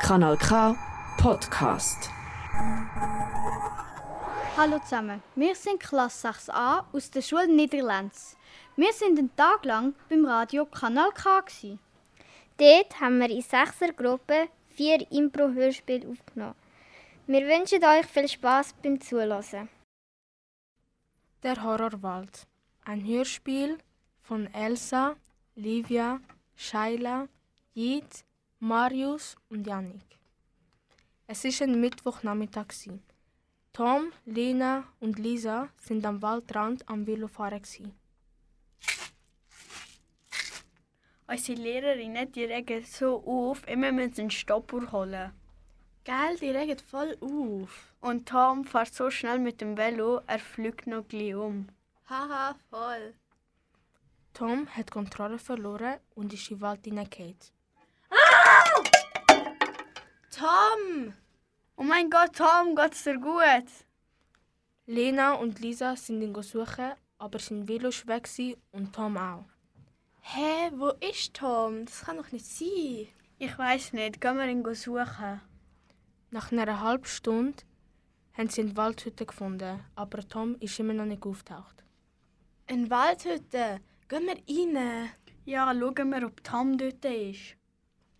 Kanal K Podcast. Hallo zusammen, wir sind Klasse 6a aus der Schule Niederlands. Wir sind einen Tag lang beim Radio Kanal K. Gewesen. Dort haben wir in sechser Gruppe vier Impro-Hörspiele aufgenommen. Wir wünschen euch viel Spaß beim Zuhören. Der Horrorwald. Ein Hörspiel von Elsa, Livia, Shaila, Jid, Marius und Yannick. Es ist ein Mittwochnachmittag. gewesen. Tom, Lena und Lisa sind am Waldrand am Velofahren. gewesen. Unsere Lehrerinnen die regen so auf, immer müssen sie einen Stoppuhr holen. Gell, die regen voll auf. Und Tom fährt so schnell mit dem Velo, er fliegt noch gleich um. Haha, voll. Tom hat Kontrolle verloren und ist in den Wald hineingehauen. Tom! Oh mein Gott, Tom, geht's dir gut? Lena und Lisa sind ihn suchen, aber sein Velo war weg gewesen und Tom auch. Hä, wo ist Tom? Das kann doch nicht sein. Ich weiß nicht, gehen wir ihn suchen. Nach einer halben Stunde haben sie eine Waldhütte gefunden, aber Tom ist immer noch nicht auftaucht. Eine Waldhütte. Gehen wir rein. Ja, schauen wir, ob Tom dort ist.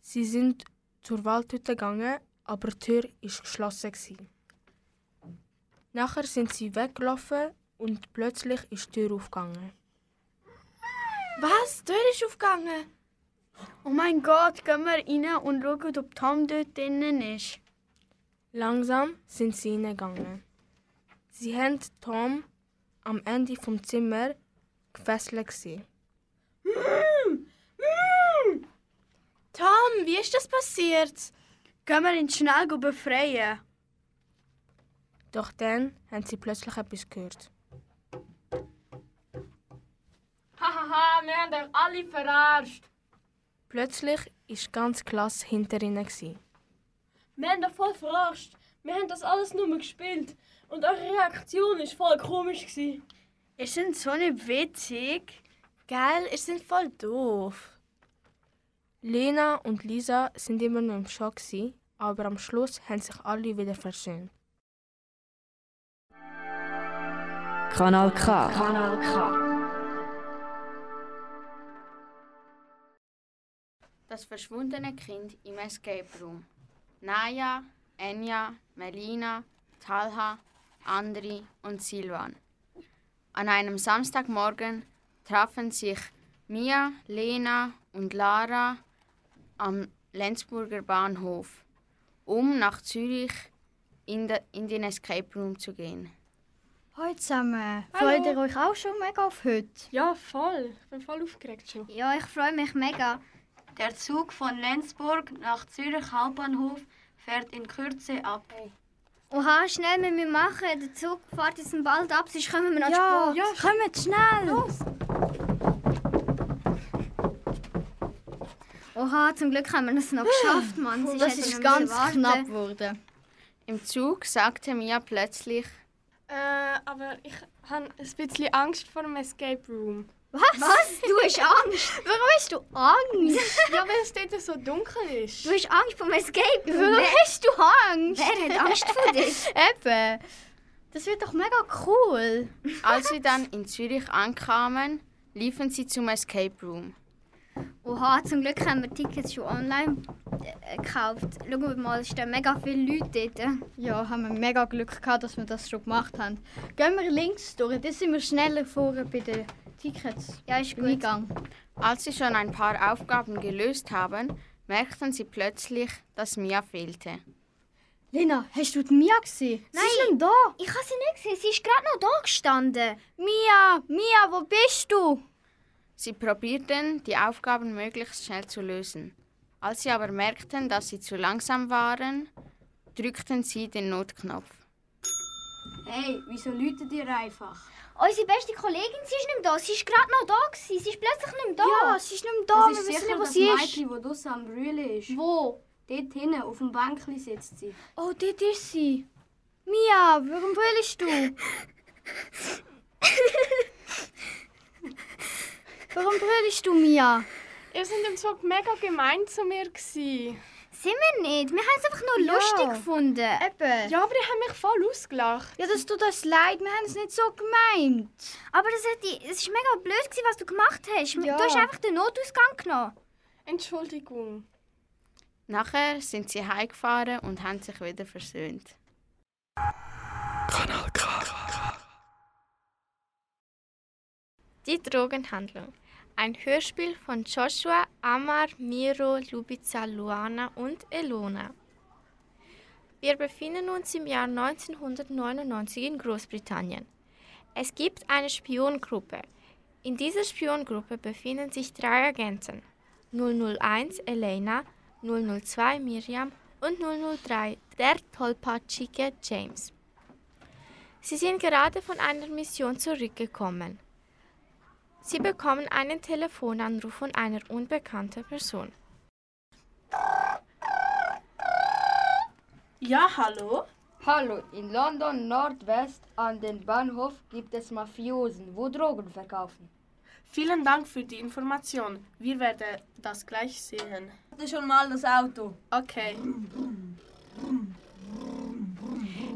Sie sind zur Waldhütte gegangen, aber die Tür war geschlossen. gewesen. Nachher sind sie weggelaufen und plötzlich ist die Tür aufgegangen. Was? Die Tür ist aufgegangen. Oh mein Gott, gehen wir rein und schauen, ob Tom dort drinnen ist. Langsam sind sie hineingegangen. Sie haben Tom am Ende vom Zimmer gefesselt gesehen. Tom, wie ist das passiert? Gehen wir ihn schnell befreien. Doch dann haben sie plötzlich etwas gehört. Hahaha, wir haben euch alle verarscht. Plötzlich ist ganz Klasse hinter ihnen. gewesen. Wir haben euch voll verarscht. Wir haben das alles nur gespielt. Und eure Reaktion war voll komisch. Gewesen. Ist denn so nicht witzig? Gell, ihr seid voll doof. Lena und Lisa sind immer noch im Schock, gewesen, aber am Schluss haben sich alle wieder versöhnt. Kanal K. Kanal Das verschwundene Kind im Escape Room. Naya, Enya, Melina, Talha, Andri und Silvan. An einem Samstagmorgen trafen sich Mia, Lena und Lara am Lenzburger Bahnhof, um nach Zürich in, de, in den Escape Room zu gehen. Hallo zusammen, Hallo. freut ihr euch auch schon mega auf heute? Ja, voll. Ich bin voll aufgeregt schon. Ja, ich freue mich mega. Der Zug von Lenzburg nach Zürich Hauptbahnhof fährt in Kürze ab. Oha, schnell müssen wir machen. Der Zug fährt jetzt bald ab, sonst kommen wir noch Ja, Sport. ja, kommt schnell. Los. Oha, zum Glück haben wir es noch geschafft, Mann. Sonst Das hätten ist wir ganz müssen warten. knapp geworden. Im Zug sagte Mia plötzlich, Äh, aber ich habe ein bisschen Angst vor dem Escape Room. Was? Du hast Angst? Warum hast du Angst? ja, weil es dort so dunkel ist. Du hast Angst vom Escape Room. Warum hast du Angst? Wer hat Angst vor dir? Eben. Das wird doch mega cool. als sie dann in Zürich ankamen, liefen sie zum Escape Room. Oha, zum Glück haben wir Tickets schon online äh, gekauft. Schauen wir mal, es stehen mega viele Leute dort. Ja, haben wir mega Glück gehabt, dass wir das schon gemacht haben. Gehen wir links durch, dann sind wir schneller vorne bei den Tickets. Ja, ist gut. Eingang. Als sie schon ein paar Aufgaben gelöst haben, merkten sie plötzlich, dass Mia fehlte. Lena, hast du die Mia gesehen? Nein. Sie ist da. Ich habe sie nicht gesehen. Sie ist gerade noch da gestanden. Mia, Mia, wo bist du? Sie probierten, die Aufgaben möglichst schnell zu lösen. Als sie aber merkten, dass sie zu langsam waren, drückten sie den Notknopf. Hey, wieso läutet ihr einfach? Unsere beste Kollegin, sie ist nicht mehr da. Sie ist gerade noch da. gewesen. Sie ist plötzlich nicht mehr da. Ja, sie ist nicht mehr da, das ist wir wissen nicht, sicher wo das sie ist. Mädchen, wo draussen am Brüllen ist. Wo? Dort hinten auf dem Bänkli sitzt sie. Oh, dort ist sie. Mia, warum brüllst du? Warum brüllst du, Mia? ihr seid im Zug mega gemein zu mir. Gewesen. Sind wir nicht? Wir haben es einfach nur Ja. lustig gefunden. Eben. Ja, aber ihr habt mich voll ausgelacht. Ja, das tut uns leid, wir haben es nicht so gemeint. Aber das hat die- es war mega blöd, gewesen, was du gemacht hast. Ja. Du hast einfach den Notausgang genommen. Entschuldigung. Nachher sind sie heimgefahren und haben sich wieder versöhnt. Kanal K. Die Drogenhandlung. Ein Hörspiel von Joshua, Amar, Miro, Lubica, Luana und Elona. Wir befinden uns im Jahr 1999 in Großbritannien. Es gibt eine Spiongruppe. In dieser Spiongruppe befinden sich drei Agenten. 001 Elena, 002 Miriam und 003 der tollpatschige James. Sie sind gerade von einer Mission zurückgekommen. Sie bekommen einen Telefonanruf von einer unbekannten Person. Ja, hallo? Hallo, in London Nordwest an den Bahnhof gibt es Mafiosen, wo Drogen verkaufen. Vielen Dank für die Information. Wir werden das gleich sehen. Warte schon mal das Auto. Okay.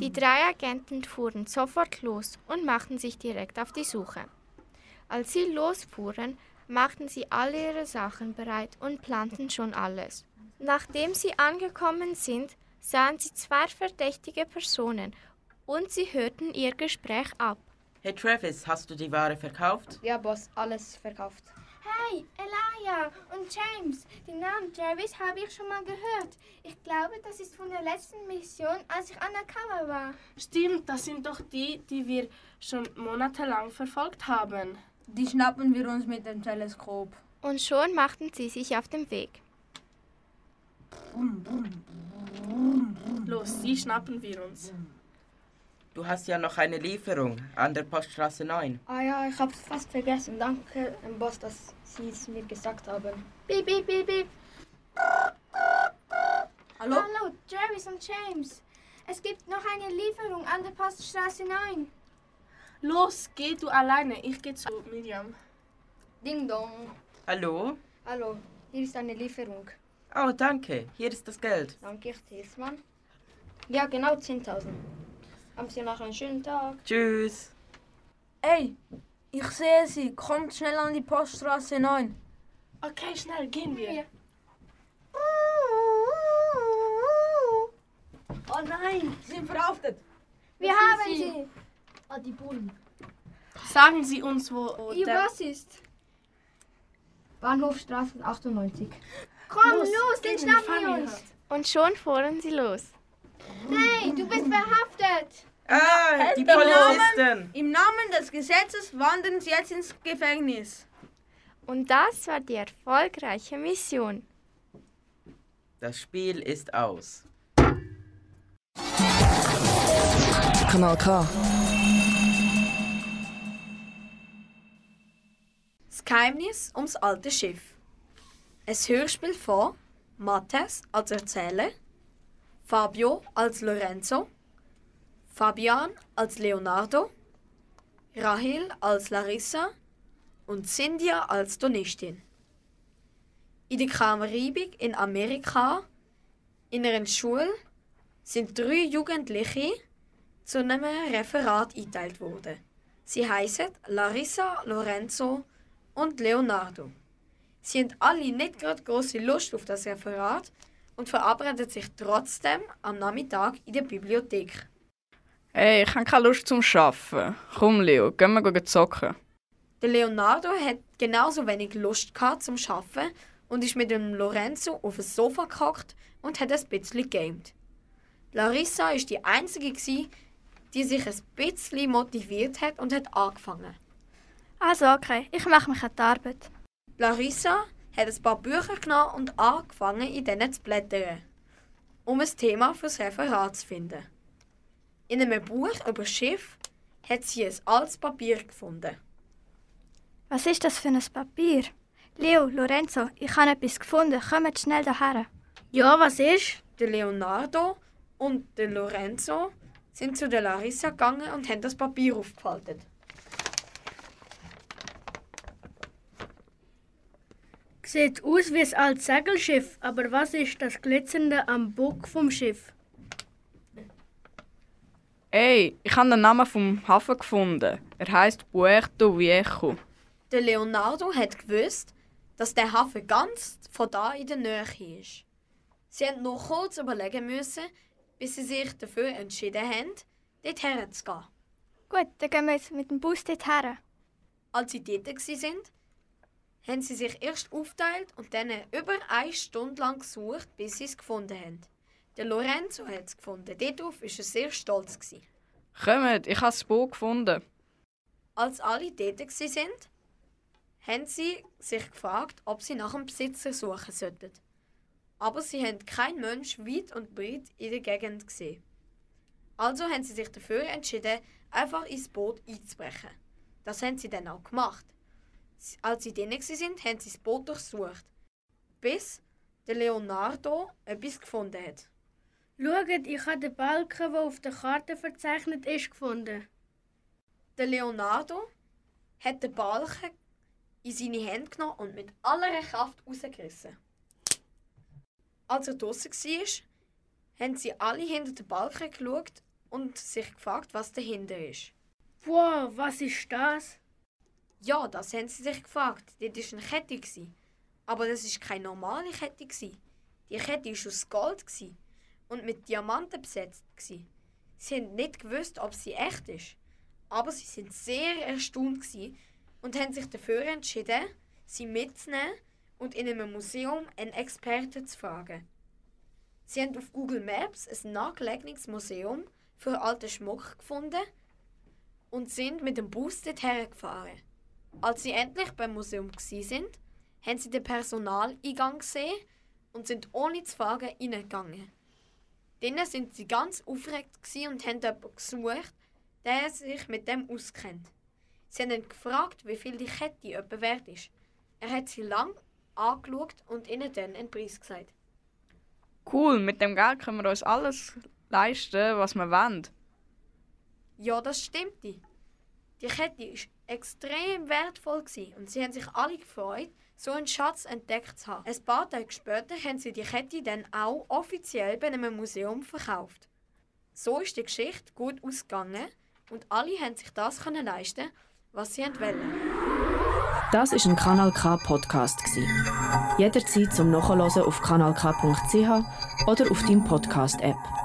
Die drei Agenten fuhren sofort los und machten sich direkt auf die Suche. Als sie losfuhren, machten sie alle ihre Sachen bereit und planten schon alles. Nachdem sie angekommen sind, sahen sie zwei verdächtige Personen und sie hörten ihr Gespräch ab. Hey Travis, hast du die Ware verkauft? Ja, Boss, alles verkauft. Hi, Elia und James. Den Namen Jarvis habe ich schon mal gehört. Ich glaube, das ist von der letzten Mission, als ich undercover war. Stimmt, das sind doch die, die wir schon monatelang verfolgt haben. Die schnappen wir uns mit dem Teleskop. Und schon machten sie sich auf den Weg. Los, die schnappen wir uns. Du hast ja noch eine Lieferung an der Poststraße 9. Ah ja, ich hab's fast vergessen. Danke, ähm, Boss, dass Sie es mir gesagt haben. Beep, beep, beep, beep. Hallo? Hallo, Jarvis und James. Es gibt noch eine Lieferung an der Poststraße 9. Los, geh du alleine, ich gehe zu Miriam. Ding dong. Hallo? Hallo, hier ist eine Lieferung. Oh, danke. Hier ist das Geld. Danke, ich zähl's, Mann. Ja, genau 10.000. Haben Sie noch einen schönen Tag? Tschüss. Ey, ich sehe sie. Kommt schnell an die Poststraße 9. Okay, schnell, gehen wir. Oh nein, sie sind verhaftet. Wir Das haben sind sie. Ah, die Bullen. Sagen Sie uns, wo wo Ihr der- was ist? Bahnhofstraße 98. Komm, los, den schnappen wir uns. Und schon fuhren sie los. Hey, du bist verhaftet. Ah, die Im Namen- Polizisten. Im Namen des Gesetzes wandern sie jetzt ins Gefängnis. Und das war die erfolgreiche Mission. Das Spiel ist aus. Kanal K. Das Geheimnis ums alte Schiff. Ein Hörspiel von Matthias als Erzähler, Fabio als Lorenzo, Fabian als Leonardo, Rahil als Larissa und Cynthia als Donistin. In der Karibik in Amerika, in einer Schule, sind drei Jugendliche zu einem Referat eingeteilt worden. Sie heißen Larissa, Lorenzo und Leonardo. Sie haben alle nicht gerade große Lust auf das Referat und verabreden sich trotzdem am Nachmittag in der Bibliothek. Hey, ich habe keine Lust zum Arbeiten. Komm, Leo, gehen wir gehen zocken. Der Leonardo hat genauso wenig Lust gehabt zum Schaffen und ist mit dem Lorenzo auf das Sofa gehockt und hat ein bisschen gegamed. Larissa ist die einzige gsi, die sich ein bisschen motiviert hat und hat angefangen. Also okay, ich mache mich an die Arbeit. Larissa hat ein paar Bücher genommen und angefangen, in denen zu blättern, um ein Thema fürs Referat zu finden. In einem Buch über Schiff hat sie ein altes Papier gefunden. Was ist das für ein Papier? Leo, Lorenzo, ich habe etwas gefunden. Kommt schnell daher. Ja, was ist? Der Leonardo und der Lorenzo sind zu der Larissa gegangen und haben das Papier aufgefaltet. Sieht aus wie ein altes Segelschiff, aber was ist das Glitzernde am Bug vom Schiff? Ey, ich habe den Namen vom Hafen gefunden. Er heißt Puerto Viejo. Der Leonardo hat gewusst, dass der Hafen ganz von da in der Nähe ist. Sie haben nur kurz überlegen müssen, bis sie sich dafür entschieden haben, dorthin zu gehen. Gut, dann gehen wir jetzt mit dem Bus dorthin. Als sie dort waren, haben sie sich erst aufgeteilt und dann über eine Stunde lang gesucht, bis sie es gefunden haben. Der Lorenzo hat es gefunden. Darauf war er sehr stolz. Gewesen. Kommt, ich habe das Boot gefunden. Als alle dort waren, haben sie sich gefragt, ob sie nach dem Besitzer suchen sollten. Aber sie haben keinen Mensch weit und breit in der Gegend gesehen. Also haben sie sich dafür entschieden, einfach ins Boot einzubrechen. Das haben sie dann auch gemacht. Als sie drinnen sind, haben sie das Boot durchsucht, bis der Leonardo etwas gefunden hat. Schaut, ich habe den Balken, der auf der Karte verzeichnet ist, gefunden. Der Leonardo hat den Balken in seine Hände genommen und mit aller Kraft rausgerissen. Als er draußen war, haben sie alle hinter den Balken geschaut und sich gefragt, was dahinter ist. Wow, was ist das? Ja, das haben sie sich gefragt. Dort war eine Kette. Gewesen. Aber das war keine normale Kette. Gewesen. Die Kette war aus Gold gewesen und mit Diamanten besetzt. Gewesen. Sie haben nicht gewusst, ob sie echt ist. Aber sie sind sehr erstaunt gewesen und haben sich dafür entschieden, sie mitzunehmen und in einem Museum einen Experten zu fragen. Sie haben auf Google Maps ein nahegelegenes Museum für alten Schmuck gefunden und sind mit dem Bus dorthin gefahren. Als sie endlich beim Museum waren, haben sie den Personaleingang gesehen und sind ohne zu fragen reingegangen. Drinnen sind sie ganz aufgeregt und haben jemanden gesucht, der sich mit dem auskennt. Sie haben ihn gefragt, wie viel die Kette jemand wert ist. Er hat sie lang angeschaut und ihnen dann einen Preis gesagt. Cool, mit dem Geld können wir uns alles leisten, was wir wollen. Ja, das stimmt. Die Kette ist extrem wertvoll gewesen und sie haben sich alle gefreut, so einen Schatz entdeckt zu haben. Ein paar Tage später haben sie die Kette dann auch offiziell bei einem Museum verkauft. So ist die Geschichte gut ausgegangen und alle haben sich das können leisten, was sie wollten. Das ist ein Kanal K Podcast gsi. Jederzeit zum Nachhören auf kanalk.ch oder auf deinem Podcast App.